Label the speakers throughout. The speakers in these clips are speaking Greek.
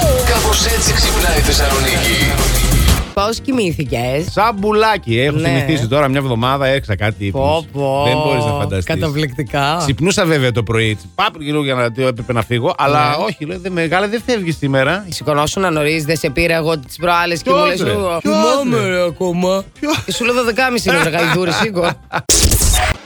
Speaker 1: Κάπως έτσι ξυπνάει η Θεσσαλονίκη.
Speaker 2: Πώς κοιμήθηκες.
Speaker 3: Σαν μπουλάκι. ε, Έχω
Speaker 2: Ναι.
Speaker 3: θυμηθήσει τώρα μια εβδομάδα, έξα κάτι. ύπνους.
Speaker 2: Πω, πω.
Speaker 3: Δεν μπορείς να φανταστείς.
Speaker 2: Καταπληκτικά.
Speaker 3: Ξυπνούσα βέβαια το πρωί. Πάπ λίγο για να το έπρεπε να φύγω. Αλλά
Speaker 2: Ναι.
Speaker 3: όχι, λέω, «Δε- μεγάλα δεν φεύγεις σήμερα.
Speaker 2: Σηκωνόσουν νωρίς, δεν σε πήρα εγώ τις προάλλες και
Speaker 3: Ποιος,
Speaker 2: μου λες.
Speaker 3: ρε? Ποιος,
Speaker 2: Θυμάμαι
Speaker 3: ρε?
Speaker 2: ρε, ακόμα.
Speaker 3: Ποιος?
Speaker 2: Και σου λέω 12.30 είναι ρε γαϊδούρη, σίγουρα.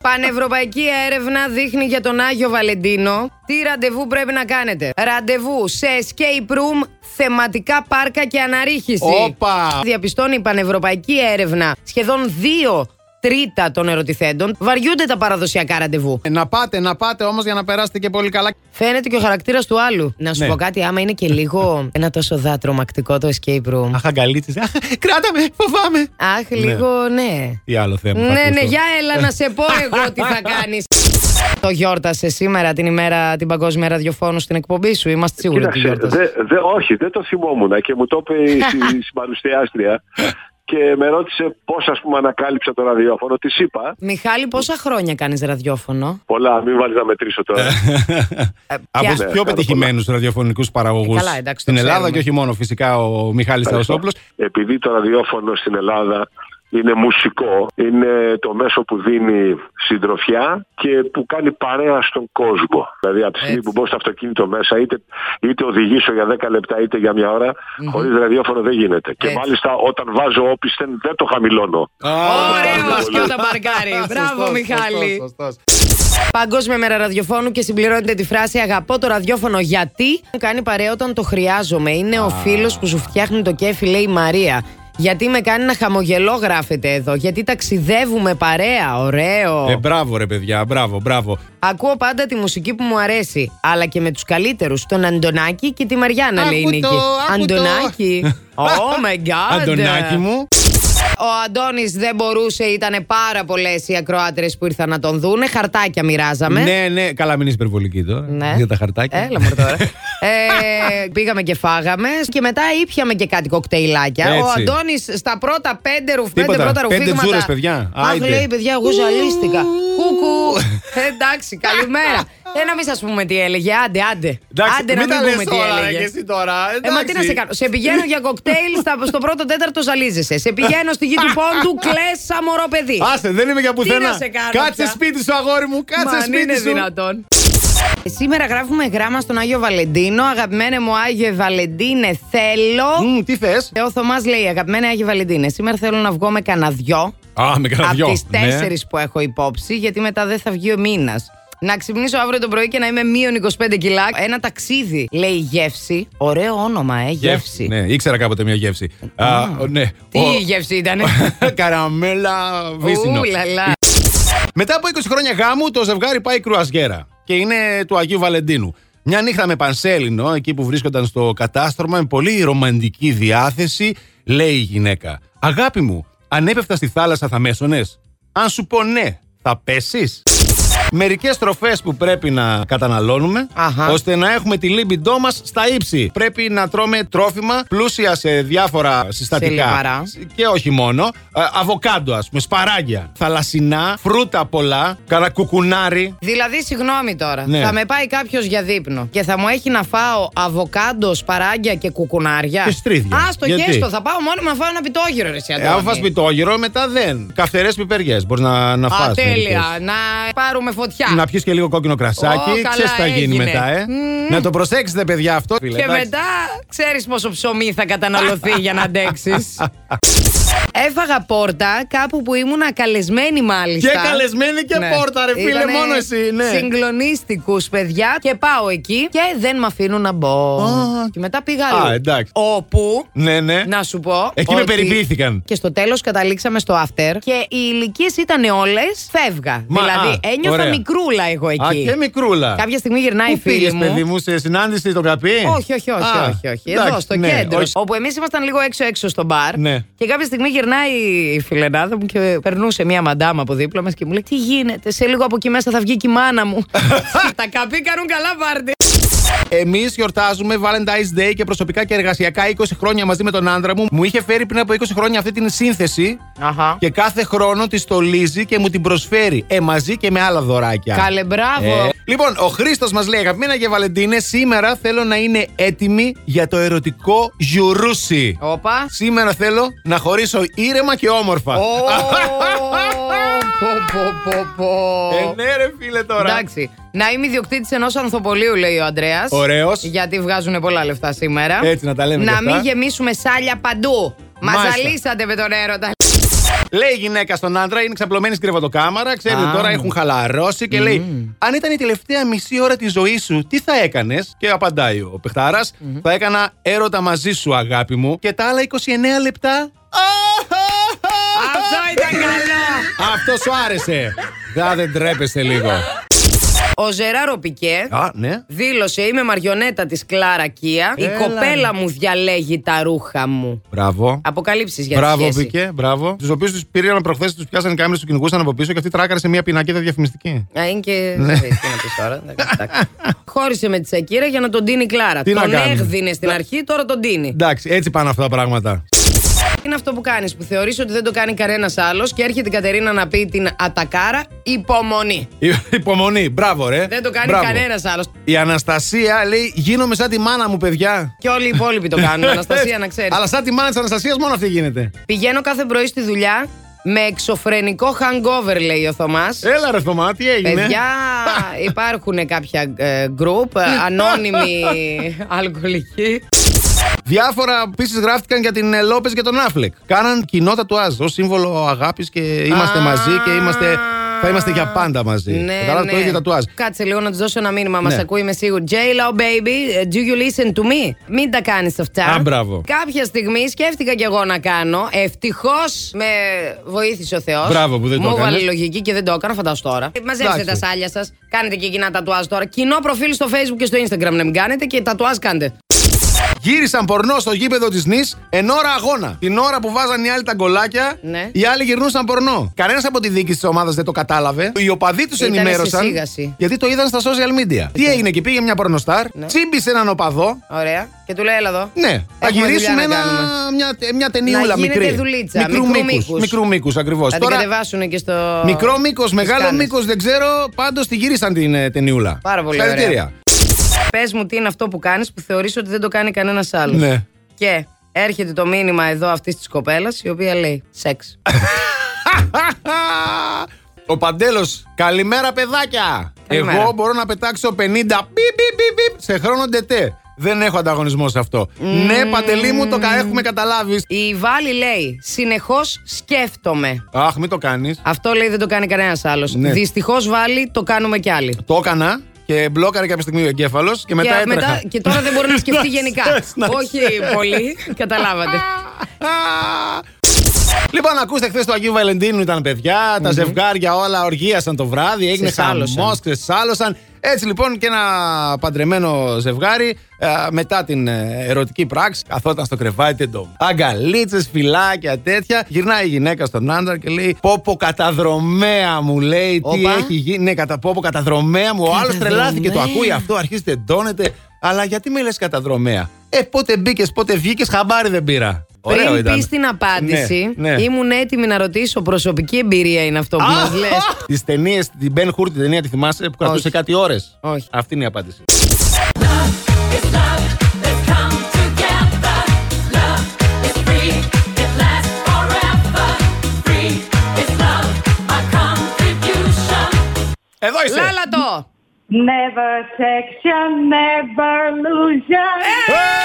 Speaker 2: Πανευρωπαϊκή έρευνα δείχνει για τον Άγιο Βαλεντίνο τι ραντεβού πρέπει να κάνετε. Ραντεβού σε escape room, θεματικά πάρκα και αναρρίχηση.
Speaker 3: Όπα!
Speaker 2: Διαπιστώνει η πανευρωπαϊκή έρευνα σχεδόν δύο τρίτα των ερωτηθέντων βαριούνται τα παραδοσιακά ραντεβού.
Speaker 3: Ε, Να πάτε, να πάτε όμως για να περάσετε και πολύ καλά.
Speaker 2: Φαίνεται και ο χαρακτήρας του άλλου. Να σου
Speaker 3: Ναι.
Speaker 2: πω κάτι, άμα είναι και λίγο ένα τόσο δάτρομακτικό το escape room.
Speaker 3: Αχ, αγκαλίτσε. Αχ, Κράτα με, φοβάμαι.
Speaker 2: Αχ, λίγο ναι.
Speaker 3: Τι άλλο θέμα. θα
Speaker 2: Ναι, ναι,
Speaker 3: ακούσω.
Speaker 2: για έλα να σε πω εγώ τι θα κάνεις. Το γιόρτασε σήμερα την ημέρα, την Παγκόσμια Ραδιοφώνου στην εκπομπή σου. Είμαστε σίγουροι ότι
Speaker 4: Κοίταξε,
Speaker 2: γιόρτασε.
Speaker 4: δε, δε, όχι, δεν το θυμόμουν και μου το είπε η συ- συμπαρουσιάστρια και με ρώτησε πώς ας πούμε ανακάλυψα το ραδιόφωνο. Της είπα
Speaker 2: Μιχάλη, πόσα χρόνια κάνεις ραδιόφωνο.
Speaker 4: πολλά, μην βάλεις να μετρήσω τώρα.
Speaker 2: Ε,
Speaker 3: Από
Speaker 2: ποια-
Speaker 3: του πιο
Speaker 4: Ναι,
Speaker 3: πετυχημένου ραδιοφωνικούς παραγωγούς
Speaker 2: Ε, καλά, εντάξει, το
Speaker 3: στην Ελλάδα
Speaker 2: ξέρουμε.
Speaker 3: και όχι μόνο φυσικά ο Μιχάλης Ταοσόπλο.
Speaker 4: Επειδή το ραδιόφωνο στην Ελλάδα είναι μουσικό, είναι το μέσο που δίνει συντροφιά και που κάνει παρέα στον κόσμο. Δηλαδή από τη στιγμή
Speaker 2: Έτσι.
Speaker 4: που μπω στο αυτοκίνητο μέσα, είτε, είτε οδηγήσω για 10 λεπτά είτε για μια ώρα, χωρίς ραδιόφωνο δεν γίνεται. Και
Speaker 2: Έτσι.
Speaker 4: μάλιστα όταν βάζω όπισθεν δεν το χαμηλώνω.
Speaker 2: Ωραίο και όταν παρκάρει. Μπράβο, Μιχάλη. Παγκόσμια μέρα ραδιοφώνου και συμπληρώνεται τη φράση Αγαπώ το ραδιόφωνο γιατί κάνει παρέα όταν το χρειάζομαι. Είναι ο φίλος που σου φτιάχνει το κέφι, λέει η Μαρία. Γιατί με κάνει να χαμογελώ, γράφεται εδώ. Γιατί ταξιδεύουμε παρέα. Ωραίο.
Speaker 3: Ε, μπράβο, ρε παιδιά, μπράβο, μπράβο.
Speaker 2: Ακούω πάντα τη μουσική που μου αρέσει. Αλλά και με τους καλύτερους. Τον Αντωνάκη και τη Μαριάννα, λέει η
Speaker 3: Άκου
Speaker 2: Νίκη.
Speaker 3: το, άκου
Speaker 2: Αντωνάκη. Oh my god.
Speaker 3: Αντωνάκι μου.
Speaker 2: Ο Αντώνης δεν μπορούσε, ήταν πάρα πολλές οι ακροάτρε που ήρθαν να τον δούνε. Χαρτάκια μοιράζαμε.
Speaker 3: Ναι, ναι, καλά, μην είσαι υπερβολική τώρα.
Speaker 2: Ναι.
Speaker 3: Για τα χαρτάκια.
Speaker 2: Έλα μου τώρα. ε, πήγαμε και φάγαμε και μετά ήπιαμε και κάτι κοκτέιλάκια.
Speaker 3: Έτσι.
Speaker 2: Ο Αντώνης στα πρώτα πέντε, ρουφ, πέντε
Speaker 3: Τίποτα.
Speaker 2: πρώτα
Speaker 3: Πέντε
Speaker 2: ρουφίγματα.
Speaker 3: τζούρες, παιδιά.
Speaker 2: Αχ,
Speaker 3: Άιντε.
Speaker 2: λέει παιδιά, εγώ ζαλίστηκα. Κούκου. Ε, Εντάξει, καλημέρα. ε, να μην σας πούμε τι έλεγε. Άντε, άντε.
Speaker 3: Εντάξει,
Speaker 2: άντε να μην
Speaker 3: μην τα
Speaker 2: πούμε
Speaker 3: λες
Speaker 2: τι
Speaker 3: όλα, ρε, και
Speaker 2: έλεγε.
Speaker 3: εσύ τώρα.
Speaker 2: Ε, μα τι να σε κάνω. Σε πηγαίνω για κοκτέιλ, στα- στο πρώτο τέταρτο ζαλίζεσαι. Σε πηγαίνω στη γη του πόντου, κλαις σαν μωρό παιδί.
Speaker 3: Άσε, δεν είμαι για πουθενά.
Speaker 2: να σε κάνω
Speaker 3: Κάτσε
Speaker 2: πια.
Speaker 3: σπίτι σου, αγόρι μου, κάτσε
Speaker 2: Μα αν
Speaker 3: σπίτι
Speaker 2: είναι
Speaker 3: σου.
Speaker 2: δυνατόν. Ε, Σήμερα γράφουμε γράμμα στον Άγιο Βαλεντίνο. Αγαπημένε μου Άγιο Βαλεντίνε, θέλω.
Speaker 3: Μμ, τι θες.
Speaker 2: Ο Θωμάς λέει: Αγαπημένε Άγιο Βαλεντίνε, σήμερα θέλω να βγω με κανένα δυο.
Speaker 3: Α, με κανένα
Speaker 2: Από
Speaker 3: δυο.
Speaker 2: τις
Speaker 3: Ναι.
Speaker 2: τέσσερις που έχω υπόψη, γιατί μετά δεν θα βγει ο μήνας. Να ξυπνήσω αύριο το πρωί και να είμαι μείον 25 κιλά. Ένα ταξίδι, λέει γεύση. Ωραίο όνομα, ε, γεύση.
Speaker 3: Ναι, ήξερα κάποτε μια γεύση. Α, ναι.
Speaker 2: Τι
Speaker 3: Ο-
Speaker 2: γεύση ήταν.
Speaker 3: Καραμέλα βύσινο.
Speaker 2: Ουλαλά.
Speaker 3: Μετά από 20 χρόνια γάμου, το ζευγάρι πάει κρουαζιέρα και είναι του Αγίου Βαλεντίνου. Μια νύχτα με πανσέλινο, εκεί που βρίσκονταν στο κατάστρωμα, με πολύ ρομαντική διάθεση, λέει η γυναίκα: Αγάπη μου, αν έπεφτα στη θάλασσα θα μέσωνες. Αν σου πω ναι, θα πέσεις. Μερικές τροφές που πρέπει να καταναλώνουμε,
Speaker 2: Αχα.
Speaker 3: ώστε να έχουμε τη λίμπιντό μας στα ύψη. Πρέπει να τρώμε τρόφιμα πλούσια σε διάφορα συστατικά.
Speaker 2: λιπαρά.
Speaker 3: Και όχι μόνο. Ε, Αβοκάντο, ας πούμε, σπαράγγια. Θαλασσινά, φρούτα πολλά. Καλά κουκουνάρι.
Speaker 2: Δηλαδή, συγγνώμη τώρα.
Speaker 3: Ναι.
Speaker 2: Θα με πάει κάποιος για δείπνο και θα μου έχει να φάω αβοκάντο, σπαράγγια και κουκουνάρια.
Speaker 3: Και στρίδια.
Speaker 2: Α, το
Speaker 3: Γιατί?
Speaker 2: γέστο, θα πάω μόνο να φάω ένα πιτόγυρο, ρε εσύ,
Speaker 3: Ε,
Speaker 2: Αντώνη.
Speaker 3: αν φας πιτόγυρο, μετά δεν. Καυτερέ πιπεριέ. Μπορείς να, να φας
Speaker 2: Α, τέλεια.
Speaker 3: μερικές.
Speaker 2: Να πάρουμε φωτιά.
Speaker 3: Να πιεις και λίγο κόκκινο κρασάκι.
Speaker 2: Ω, καλά
Speaker 3: Ξέρεις τι θα γίνει
Speaker 2: έγινε.
Speaker 3: μετά, ε.
Speaker 2: Μμμ.
Speaker 3: Να το προσέξετε, παιδιά, αυτό. φίλε,
Speaker 2: Και
Speaker 3: εντάξει.
Speaker 2: μετά ξέρεις πόσο ψωμί θα καταναλωθεί για να αντέξεις. Έφαγα πόρτα κάπου που ήμουνα καλεσμένη μάλιστα. Ναι.
Speaker 3: Και καλεσμένη και πόρτα, ρε φίλε,
Speaker 2: Ήτανε
Speaker 3: μόνο εσύ, ναι.
Speaker 2: Συγκλονίστικους, παιδιά. Και πάω εκεί και δεν με αφήνουν να μπω.
Speaker 3: Α.
Speaker 2: και μετά πήγα
Speaker 3: Α,
Speaker 2: αλλού.
Speaker 3: εντάξει.
Speaker 2: Όπου
Speaker 3: Ναι, ναι.
Speaker 2: να σου πω.
Speaker 3: Εκεί με περιποιήθηκαν.
Speaker 2: Και στο τέλος καταλήξαμε στο after και οι ηλικίες ήταν όλες φεύγα.
Speaker 3: Μα,
Speaker 2: δηλαδή,
Speaker 3: α,
Speaker 2: ένιωθα
Speaker 3: ωραία.
Speaker 2: μικρούλα εγώ εκεί.
Speaker 3: Α, και μικρούλα.
Speaker 2: Κάποια στιγμή γυρνάει η
Speaker 3: Πού
Speaker 2: φίλη
Speaker 3: πήγες,
Speaker 2: μου.
Speaker 3: παιδί μου, σε συνάντηση το καπί.
Speaker 2: Όχι, όχι, όχι,
Speaker 3: Ε. Α,
Speaker 2: όχι, όχι. Εδώ,
Speaker 3: εντάξει,
Speaker 2: στο
Speaker 3: ναι,
Speaker 2: κέντρο.
Speaker 3: όχι.
Speaker 2: Όπου εμείς ήμασταν λίγο έξω-έξω στο μπαρ.
Speaker 3: Ναι.
Speaker 2: Και κάποια στιγμή γυρνάει η φιλενάδα μου και περνούσε μία μαντάμα από δίπλα μας και μου λέει: Τι γίνεται, σε λίγο από εκεί μέσα θα βγει και η μάνα μου. Τα καπί κάνουν καλά πάρτι.
Speaker 3: Εμείς γιορτάζουμε Valentine's Day και προσωπικά και εργασιακά 20 χρόνια μαζί με τον άντρα μου. Μου είχε φέρει πριν από 20 χρόνια αυτή την σύνθεση
Speaker 2: Αχα.
Speaker 3: και κάθε χρόνο τη στολίζει και μου την προσφέρει. Ε, μαζί και με άλλα δωράκια.
Speaker 2: Καλέ, μπράβο.
Speaker 3: Ε, λοιπόν, ο Χρήστος μας λέει: Αγαπημένα και Βαλεντίνε, σήμερα θέλω να είναι έτοιμη για το ερωτικό γιουρούσι.
Speaker 2: Όπα.
Speaker 3: Σήμερα θέλω να χωρίσω ήρεμα και όμορφα.
Speaker 2: Ω, πω, πω, πω, πω.
Speaker 3: Ε, ναι, ρε φίλε τώρα.
Speaker 2: Εντάξει. Να είμαι ιδιοκτήτης ενός ανθοπολίου, λέει ο Αντρέα.
Speaker 3: Ωραίος.
Speaker 2: Γιατί βγάζουν πολλά λεφτά σήμερα.
Speaker 3: Έτσι, να τα λέμε
Speaker 2: Να
Speaker 3: και αυτά.
Speaker 2: μην γεμίσουμε σάλια παντού. Μας
Speaker 3: Μάλιστα.
Speaker 2: ζαλίσατε με τον έρωτα.
Speaker 3: Λέει η γυναίκα στον άντρα, είναι ξαπλωμένη στην κρεβατοκάμαρα. Ξέρετε
Speaker 2: Α. Mm.
Speaker 3: τώρα, έχουν χαλαρώσει και λέει: Αν ήταν η τελευταία μισή ώρα της ζωής σου, τι θα έκανες. Και απαντάει ο παιχτάρας: Θα έκανα έρωτα μαζί σου, αγάπη μου. Και τα άλλα 29 λεπτά.
Speaker 2: Αυτό ήταν καλό.
Speaker 3: Αυτός σου άρεσε. Δα δεν τρέπεστε λίγο.
Speaker 2: Ο Ζεράρο Πικέ
Speaker 3: Α, ναι.
Speaker 2: δήλωσε: Είμαι μαριονέτα της Κλάρα Κία. Η
Speaker 3: Έλα,
Speaker 2: κοπέλα μου διαλέγει τα ρούχα μου.
Speaker 3: Μπράβο.
Speaker 2: Αποκαλύψεις για τη
Speaker 3: Μπράβο,
Speaker 2: σχέση.
Speaker 3: Πικέ, μπράβο. Τους οποίους τους πήραν προχθές, τους πιάσαν οι κάμερες, τους κυνηγούσαν από πίσω και αυτή τράκαρε σε μια πινακίδα διαφημιστική.
Speaker 2: Α, είναι και.
Speaker 3: Ναι.
Speaker 2: Δεν ξέρω τι να πεις τώρα. Εντάξει, εντάξει. Χώρισε με τη Σακύρα για να τον τίνει η Κλάρα.
Speaker 3: Τι να
Speaker 2: τον
Speaker 3: κάνουμε.
Speaker 2: έγδινε στην αρχή, τώρα τον τίνει.
Speaker 3: Εντάξει, έτσι πάνε αυτά τα πράγματα.
Speaker 2: Είναι αυτό που κάνεις, που θεωρείς ότι δεν το κάνει κανένας άλλος και έρχεται η Κατερίνα να πει την Ατακάρα υπομονή.
Speaker 3: Υπομονή, μπράβο, ρε.
Speaker 2: Δεν το κάνει
Speaker 3: Μπράβο.
Speaker 2: κανένας άλλος.
Speaker 3: Η Αναστασία λέει: Γίνομαι σαν τη μάνα μου, παιδιά.
Speaker 2: Και όλοι οι υπόλοιποι το κάνουν, Αναστασία, να ξέρεις.
Speaker 3: Αλλά σαν τη μάνα της Αναστασίας μόνο αυτή γίνεται.
Speaker 2: Πηγαίνω κάθε πρωί στη δουλειά με εξωφρενικό hangover, λέει ο Θωμάς.
Speaker 3: Έλα, ρε Θωμά, τι έγινε.
Speaker 2: Παιδιά, υπάρχουν κάποια ε, group, ε, ανώνυμοι αλκοολικοί.
Speaker 3: Διάφορα επίσης γράφτηκαν για την Λόπες και τον Άφλεκ. Κάναν κοινό τατουάζ ως σύμβολο αγάπης και είμαστε
Speaker 2: Α,
Speaker 3: μαζί και είμαστε, θα είμαστε για πάντα μαζί.
Speaker 2: Ναι,
Speaker 3: Κατάλαβες, το
Speaker 2: ναι.
Speaker 3: ίδιο τατουάζ.
Speaker 2: Κάτσε λίγο να τους δώσω ένα μήνυμα. Μας
Speaker 3: Ναι.
Speaker 2: ακούει, είμαι σίγουρη. J-Lo, baby, do you listen to me? Μην τα κάνεις αυτά.
Speaker 3: Α, μπράβο.
Speaker 2: Κάποια στιγμή σκέφτηκα κι εγώ να κάνω. Ευτυχώς με βοήθησε ο Θεός.
Speaker 3: Μπράβο που δεν
Speaker 2: Μου
Speaker 3: το έκανες.
Speaker 2: έβαλε λογική και δεν το έκανα, φαντάσου τώρα. Ε, Μαζέψτε τα
Speaker 3: Εντάξει.
Speaker 2: σάλια σας. Κάνετε και εκείνα τατουάζ τώρα. Κοινό προφίλ στο Facebook και στο Instagram να μην κάνετε και τατουάζ κάντε.
Speaker 3: Γύρισαν πορνό στο γήπεδο της Νης εν ώρα αγώνα. Την ώρα που βάζαν οι άλλοι τα γκολάκια,
Speaker 2: Ναι.
Speaker 3: οι άλλοι γυρνούσαν πορνό. Κανένας από τη δίκη της ομάδας δεν το κατάλαβε. Οι οπαδοί τους
Speaker 2: Ήτανε
Speaker 3: ενημέρωσαν.
Speaker 2: σε σίγαση.
Speaker 3: Γιατί το είδαν στα social media. Τι έγινε και πήγε μια πορνοστάρ,
Speaker 2: Ναι.
Speaker 3: τσίμπησε έναν οπαδό.
Speaker 2: Ωραία. Και του λέει, έλα εδώ.
Speaker 3: Ναι, θα
Speaker 2: Έχουμε
Speaker 3: γυρίσουμε
Speaker 2: δουλειά να
Speaker 3: ένα,
Speaker 2: κάνουμε.
Speaker 3: μια, μια ταινιούλα
Speaker 2: Να γίνεται
Speaker 3: μικρή.
Speaker 2: δουλίτσα,
Speaker 3: Μικρού
Speaker 2: μικρού
Speaker 3: μήκους.
Speaker 2: μήκους.
Speaker 3: Μικρού μήκους ακριβώς.
Speaker 2: Θα την
Speaker 3: Τώρα,
Speaker 2: κατεβάσουν και στο.
Speaker 3: μικρό μήκος,
Speaker 2: στις
Speaker 3: μεγάλο
Speaker 2: σκάνες.
Speaker 3: μήκος, δεν ξέρω. Πάντως τη γύρισαν την ε, ταινιούλα.
Speaker 2: Πάρα πολύ ωραία.
Speaker 3: Συγχαρητήρια.
Speaker 2: Πες μου τι είναι αυτό που κάνεις που θεωρείς ότι δεν το κάνει κανένας άλλος.
Speaker 3: Ναι.
Speaker 2: Και έρχεται το μήνυμα εδώ αυτής της κοπέλας η οποία λέει σεξ.
Speaker 3: Ο Παντέλος, καλημέρα παιδάκια.
Speaker 2: Καλημέρα.
Speaker 3: Εγώ μπορώ να πετάξω 50 πιπ, πιπ, πιπ, πιπ, σε χρόνο ντετέ. Δεν έχω ανταγωνισμό σε αυτό. Ναι, Παντελή μου, το κα- έχουμε καταλάβεις.
Speaker 2: Η Βάλη λέει συνεχώς σκέφτομαι.
Speaker 3: Αχ, μην το κάνεις.
Speaker 2: Αυτό λέει δεν το κάνει κανένας άλλος.
Speaker 3: Ναι.
Speaker 2: Δυστυχώς Βάλη το κάνουμε κι άλλοι.
Speaker 3: Το έκανα και μπλόκαρε κάποια στιγμή ο εγκέφαλος και μετά
Speaker 2: και,
Speaker 3: έτρεχα.
Speaker 2: και τώρα δεν μπορεί να σκεφτεί γενικά.
Speaker 3: θες, να
Speaker 2: Όχι πολύ, καταλάβατε.
Speaker 3: Λοιπόν, ακούστε, χθες του Αγίου Βαλεντίνου ήταν παιδιά, τα ζευγάρια όλα οργίασαν το βράδυ, έγινε
Speaker 2: Ξεσάλωσαν.
Speaker 3: χαμός, ξεσάλωσαν. Έτσι λοιπόν και ένα παντρεμένο ζευγάρι ε, μετά την ε, ερωτική πράξη καθόταν στο κρεβάτι εντό. Αγκαλίτσες, φυλάκια, τέτοια. Γυρνάει η γυναίκα στον άντρα και λέει «Πόπο καταδρομέα μου» λέει «Τι
Speaker 2: Όπα.
Speaker 3: έχει γίνει, ναι κατά πόπο καταδρομέα μου». Ο άλλος τρελάθηκε, το ακούει αυτό, αρχίζει τεντώνεται. Αλλά γιατί με λες καταδρομέα. Ε, πότε μπήκες, πότε βγήκες, χαμπάρι δεν πήρα. Ωραίο
Speaker 2: Πριν
Speaker 3: ήταν.
Speaker 2: πεις την απάντηση,
Speaker 3: Ναι, ναι.
Speaker 2: ήμουν έτοιμη να ρωτήσω προσωπική εμπειρία είναι αυτό που μας λες.
Speaker 3: Τις ταινίες, την Ben Hur, την ταινία τη θυμάσαι που κρατούσε
Speaker 2: Όχι.
Speaker 3: κάτι ώρες.
Speaker 2: Όχι.
Speaker 3: Αυτή είναι η απάντηση.
Speaker 5: It's love that's come together. Love is free, it lasts forever. Free is love, my contribution.
Speaker 3: Εδώ είσαι.
Speaker 2: Λάλατο!
Speaker 6: Never section, never illusion.
Speaker 3: Ε!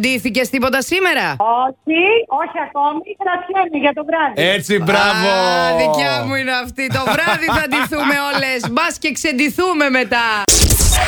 Speaker 2: Ντύθηκε τίποτα σήμερα.
Speaker 6: Όχι, όχι ακόμη, κρατιέμαι για το βράδυ.
Speaker 3: Ε! Έτσι, μπράβο.
Speaker 2: Α, δικιά μου είναι αυτή. Το βράδυ θα ντυθούμε όλες. Μπας και ξεντυθούμε μετά.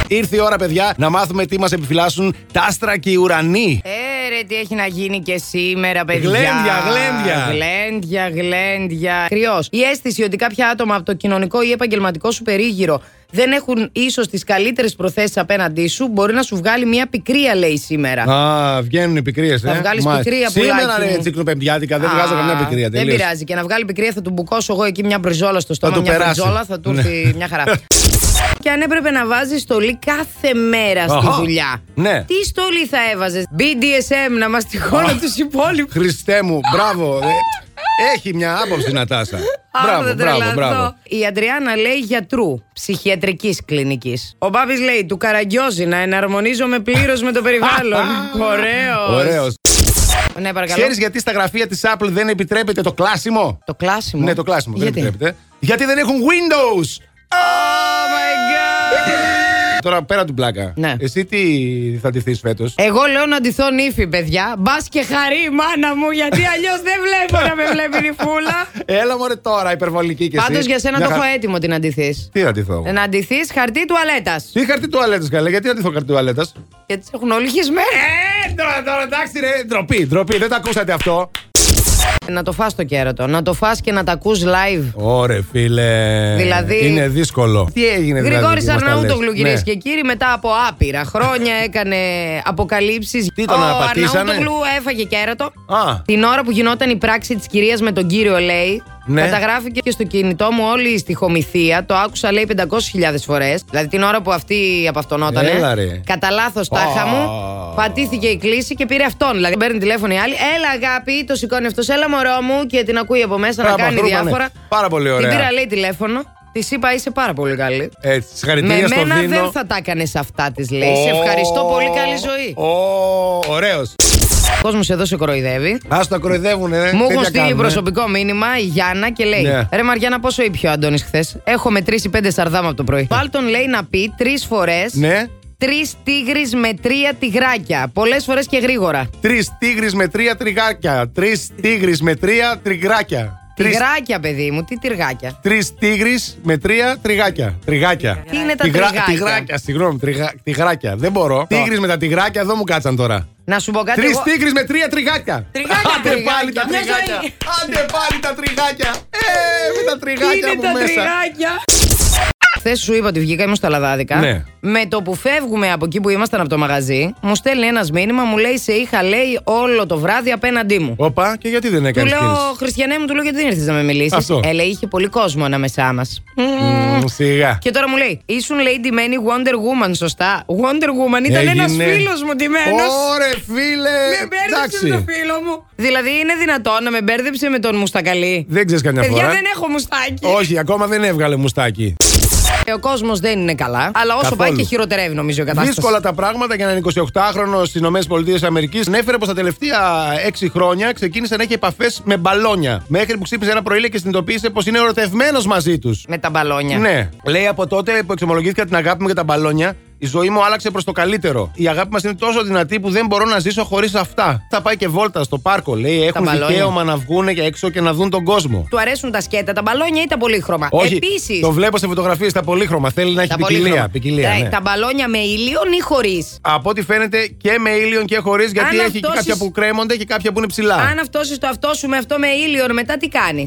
Speaker 3: Ήρθε η ώρα, παιδιά, να μάθουμε τι μας επιφυλάσσουν τα άστρα και οι ουρανοί.
Speaker 2: Ε, ρε, τι έχει να γίνει και σήμερα, παιδιά.
Speaker 3: Γλέντια, γλέντια.
Speaker 2: Γλέντια, γλέντια. Κρυός. Η αίσθηση ότι κάποια άτομα από το κοινωνικό ή επαγγελματικό σου περίγυρο δεν έχουν ίσως τις καλύτερες προθέσεις απέναντί σου μπορεί να σου βγάλει μια πικρία, λέει σήμερα.
Speaker 3: Α, βγαίνουν οι πικρίες,
Speaker 2: Ε. Θα βγάλεις πικρία,
Speaker 3: Σήμερα,
Speaker 2: πουλάκι
Speaker 3: ρε,
Speaker 2: μου.
Speaker 3: τσικνοπεμπτιάτικα, δεν
Speaker 2: Α,
Speaker 3: βγάζω καμιά πικρία.
Speaker 2: Δεν
Speaker 3: τελείως.
Speaker 2: πειράζει. Και να βγάλει πικρία θα του μπουκώσω εγώ εκεί μια μπριζόλα στο στόμα.
Speaker 3: του
Speaker 2: μια
Speaker 3: περάσει. Ναι.
Speaker 2: μπριζόλα θα του έρθει μια χαρά. και αν έπρεπε να βάζεις στολή κάθε μέρα στη
Speaker 3: Αχα.
Speaker 2: δουλειά.
Speaker 3: Ναι.
Speaker 2: Τι στολή θα έβαζες, BDSM, να μας τυχώνουν τους υπόλοιπους.
Speaker 3: Χριστέ μου, μπράβο. ε. Έχει μια άποψη να τάσα.
Speaker 2: Αχ,
Speaker 3: Μπράβο,
Speaker 2: δεν
Speaker 3: μπράβο,
Speaker 2: τρελαθώ.
Speaker 3: μπράβο.
Speaker 2: Η Αντριάννα λέει γιατρού ψυχιατρικής κλινικής. Ο Μπάμπης λέει του Καραγκιόζη να εναρμονίζομαι πλήρως με το περιβάλλον. Ωραίος.
Speaker 3: Ωραίος.
Speaker 2: Ναι, παρακαλώ.
Speaker 3: Ξέρεις γιατί στα γραφεία της Apple δεν επιτρέπεται το κλάσιμο.
Speaker 2: Το κλάσιμο.
Speaker 3: Ναι, το κλάσιμο δεν
Speaker 2: Γιατί?
Speaker 3: επιτρέπεται. Γιατί δεν έχουν Windows.
Speaker 2: Oh my god.
Speaker 3: Τώρα πέρα του πλάκα.
Speaker 2: Ναι.
Speaker 3: Εσύ τι θα τηθεί φέτος.
Speaker 2: Εγώ λέω να ντυθώ νύφη, παιδιά. Μπας και χαρεί η μάνα μου, γιατί αλλιώς δεν βλέπω να με βλέπει νυφούλα.
Speaker 3: Έλα μωρέ τώρα, υπερβολική και εσύ.
Speaker 2: Πάντως για σένα
Speaker 3: Μια
Speaker 2: το
Speaker 3: χα-
Speaker 2: έχω έτοιμο την αντιθεί.
Speaker 3: Τι θα τηθώ.
Speaker 2: Να αντιθεί χαρτί τουαλέτας.
Speaker 3: Τι χαρτί τουαλέτας, καλέ, γιατί αντιθώ χαρτί τουαλέτας.
Speaker 2: Γιατί τι έχουν όλοι χυσμένε.
Speaker 3: Ε, τώρα, τώρα, εντάξει, ρε, ντροπή, ντροπή, δεν τα ακούσατε αυτό.
Speaker 2: Να το φας το κέρατο. Να το φας και να τα ακούς live.
Speaker 3: Ωρε, φίλε.
Speaker 2: Δηλαδή-
Speaker 3: Είναι δύσκολο. Τι έγινε, δηλαδή.
Speaker 2: Γρηγόρης
Speaker 3: που μας τα
Speaker 2: Αρναούτογλου,
Speaker 3: λες.
Speaker 2: κυρίε
Speaker 3: Ναι.
Speaker 2: και κύριοι, μετά από άπειρα χρόνια έκανε αποκαλύψεις.
Speaker 3: Τι τον
Speaker 2: Ο
Speaker 3: απατήσανε?
Speaker 2: Αρναούτογλου έφαγε κέρατο.
Speaker 3: Α,
Speaker 2: Την ώρα που γινόταν η πράξη της κυρίας με τον κύριο, λέει.
Speaker 3: Ναι.
Speaker 2: Καταγράφηκε και στο κινητό μου όλη η στοιχομηθεία. Το άκουσα, λέει, 500.000 φορές. Δηλαδή την ώρα που αυτή απαυτονότανε.
Speaker 3: Έλα, ρε.
Speaker 2: Κατά λάθος τάχα
Speaker 3: Α.
Speaker 2: μου. Πατήθηκε η κλίση και πήρε αυτόν. Δηλαδή παίρνει τηλέφωνο η άλλη. Έλα, αγάπη, το σηκώνει αυτός. Έλα, μωρό μου. Και την ακούει από μέσα
Speaker 3: Πράγμα,
Speaker 2: να κάνει
Speaker 3: φρούπα, ναι.
Speaker 2: διάφορα.
Speaker 3: Πάρα πολύ ωραία.
Speaker 2: Την πήρα, λέει, τηλέφωνο. Της είπα, είσαι πάρα πολύ καλή.
Speaker 3: έτσι,
Speaker 2: Με
Speaker 3: συγχαρητήρια στο
Speaker 2: μένα
Speaker 3: Δίνο.
Speaker 2: δεν θα τα έκανες αυτά, της λέει. Σε ευχαριστώ πολύ, καλή ζωή.
Speaker 3: Ω, ωραίος.
Speaker 2: Ο κόσμος εδώ σε κοροϊδεύει.
Speaker 3: Ας τα κοροϊδεύουνε, ρε.
Speaker 2: Μου
Speaker 3: Ε, Τι
Speaker 2: έχουν
Speaker 3: να
Speaker 2: στείλει
Speaker 3: κάνουμε.
Speaker 2: προσωπικό μήνυμα η Γιάννα και λέει:
Speaker 3: Ναι.
Speaker 2: Ρε Μαριάννα, πόσο ήπιο ο Αντώνης χθες. Έχω μετρήσει πέντε σαρδάμα από το πρωί. Βάλτον λέει να πει τρεις φορές.
Speaker 3: Ναι.
Speaker 2: Τρεις τίγρη με τρία τυγράκια. Πολλές φορές και γρήγορα.
Speaker 3: Τρεις τίγρε με τρία τριγάκια. Τρεις τίγρε με τρία τριγράκια.
Speaker 2: Τυγράκια, παιδί μου, τι τυργάκια.
Speaker 3: Τρει τίγρε με τρία τριγάκια. Τριγάκια.
Speaker 2: Τι είναι τα τριγάκια?
Speaker 3: Τυγράκια, συγγνώμη, τριγα- τυγράκια. Δεν μπορώ. Τίγρε με τα τριγάκια εδώ μου κάτσαν τώρα.
Speaker 2: Να σου πω κάτι.
Speaker 3: Τρεις
Speaker 2: εγώ-
Speaker 3: τίγρες με τρία τριγάκια.
Speaker 2: Τριγάκια,
Speaker 3: Άντε
Speaker 2: τριγάκια.
Speaker 3: πάλι τα
Speaker 2: Μια
Speaker 3: τριγάκια.
Speaker 2: ζωή.
Speaker 3: Άντε πάλι τα τριγάκια. Ε, με τα
Speaker 2: Τι
Speaker 3: τριγάκια
Speaker 2: είναι τα
Speaker 3: μου μέσα.
Speaker 2: τριγάκια. Χθες σου είπα ότι βγήκα, ήμουν στα Λαδάδικα.
Speaker 3: Ναι.
Speaker 2: Με το που φεύγουμε από εκεί που ήμασταν από το μαγαζί, μου στέλνει ένας μήνυμα, μου λέει: Σε είχα, λέει, όλο το βράδυ απέναντί μου.
Speaker 3: Όπα, και γιατί δεν
Speaker 2: Του
Speaker 3: έκανε
Speaker 2: λέω,
Speaker 3: κίνηση.
Speaker 2: Χριστιανέ μου, του λέω γιατί δεν ήρθες να με μιλήσεις.
Speaker 3: Αυτό.
Speaker 2: Ε, λέει, είχε πολύ κόσμο ανάμεσά μας.
Speaker 3: Μμμ, Σιγά.
Speaker 2: Και τώρα μου λέει, ήσουν λέει ντυμένη Wonder Woman, σωστά. Wonder Woman ήταν ένα
Speaker 3: Έγινε.
Speaker 2: φίλος μου ντυμένος.
Speaker 3: Ωρε φίλε.
Speaker 2: Με μπέρδεψε με τον φίλο μου. Δηλαδή, είναι δυνατόν να με μπέρδεψε με τον μουστακαλί.
Speaker 3: Δεν ξέρεις καμιά
Speaker 2: Παιδιά,
Speaker 3: φορά.
Speaker 2: δεν έχω μουστάκι.
Speaker 3: Όχι, ακόμα δεν έβγαλε μουστάκι.
Speaker 2: Ε, Ο κόσμος δεν είναι καλά. Αλλά όσο
Speaker 3: Καθόλου.
Speaker 2: πάει και χειροτερεύει, νομίζω η κατάσταση.
Speaker 3: Δύσκολα τα πράγματα για έναν 28χρονο στι ΗΠΑ. Ανέφερε πως τα τελευταία 6 χρόνια ξεκίνησε να έχει επαφές με μπαλόνια. Μέχρι που ξύπνησε ένα πρωί λέει, και συνειδητοποίησε πως είναι ερωτευμένος μαζί τους.
Speaker 2: Με τα μπαλόνια.
Speaker 3: Ναι. Λέει από τότε που εξομολογήθηκα την αγάπη μου για τα μπαλόνια, η ζωή μου άλλαξε προς το καλύτερο. Η αγάπη μας είναι τόσο δυνατή που δεν μπορώ να ζήσω χωρίς αυτά. Θα πάει και βόλτα στο πάρκο. Λέει έχουν
Speaker 2: μπαλόνια.
Speaker 3: δικαίωμα να βγουν για έξω και να δουν τον κόσμο.
Speaker 2: Του αρέσουν τα σκέτα, τα μπαλόνια ή τα πολύχρωμα.
Speaker 3: Όχι,
Speaker 2: Επίσης.
Speaker 3: το βλέπω σε φωτογραφίες τα πολύχρωμα. Θέλει να έχει ποικιλία. ποικιλία ναι.
Speaker 2: Ε, Τα μπαλόνια με ήλιον ή χωρίς.
Speaker 3: Από ό,τι φαίνεται και με ήλιον και χωρίς, γιατί
Speaker 2: Αν
Speaker 3: έχει και
Speaker 2: αυτός
Speaker 3: κάποια
Speaker 2: εις-
Speaker 3: που κρέμονται και κάποια που είναι ψηλά.
Speaker 2: Αν αυτός το αυτό σου με αυτό με ήλιον, μετά τι κάνει.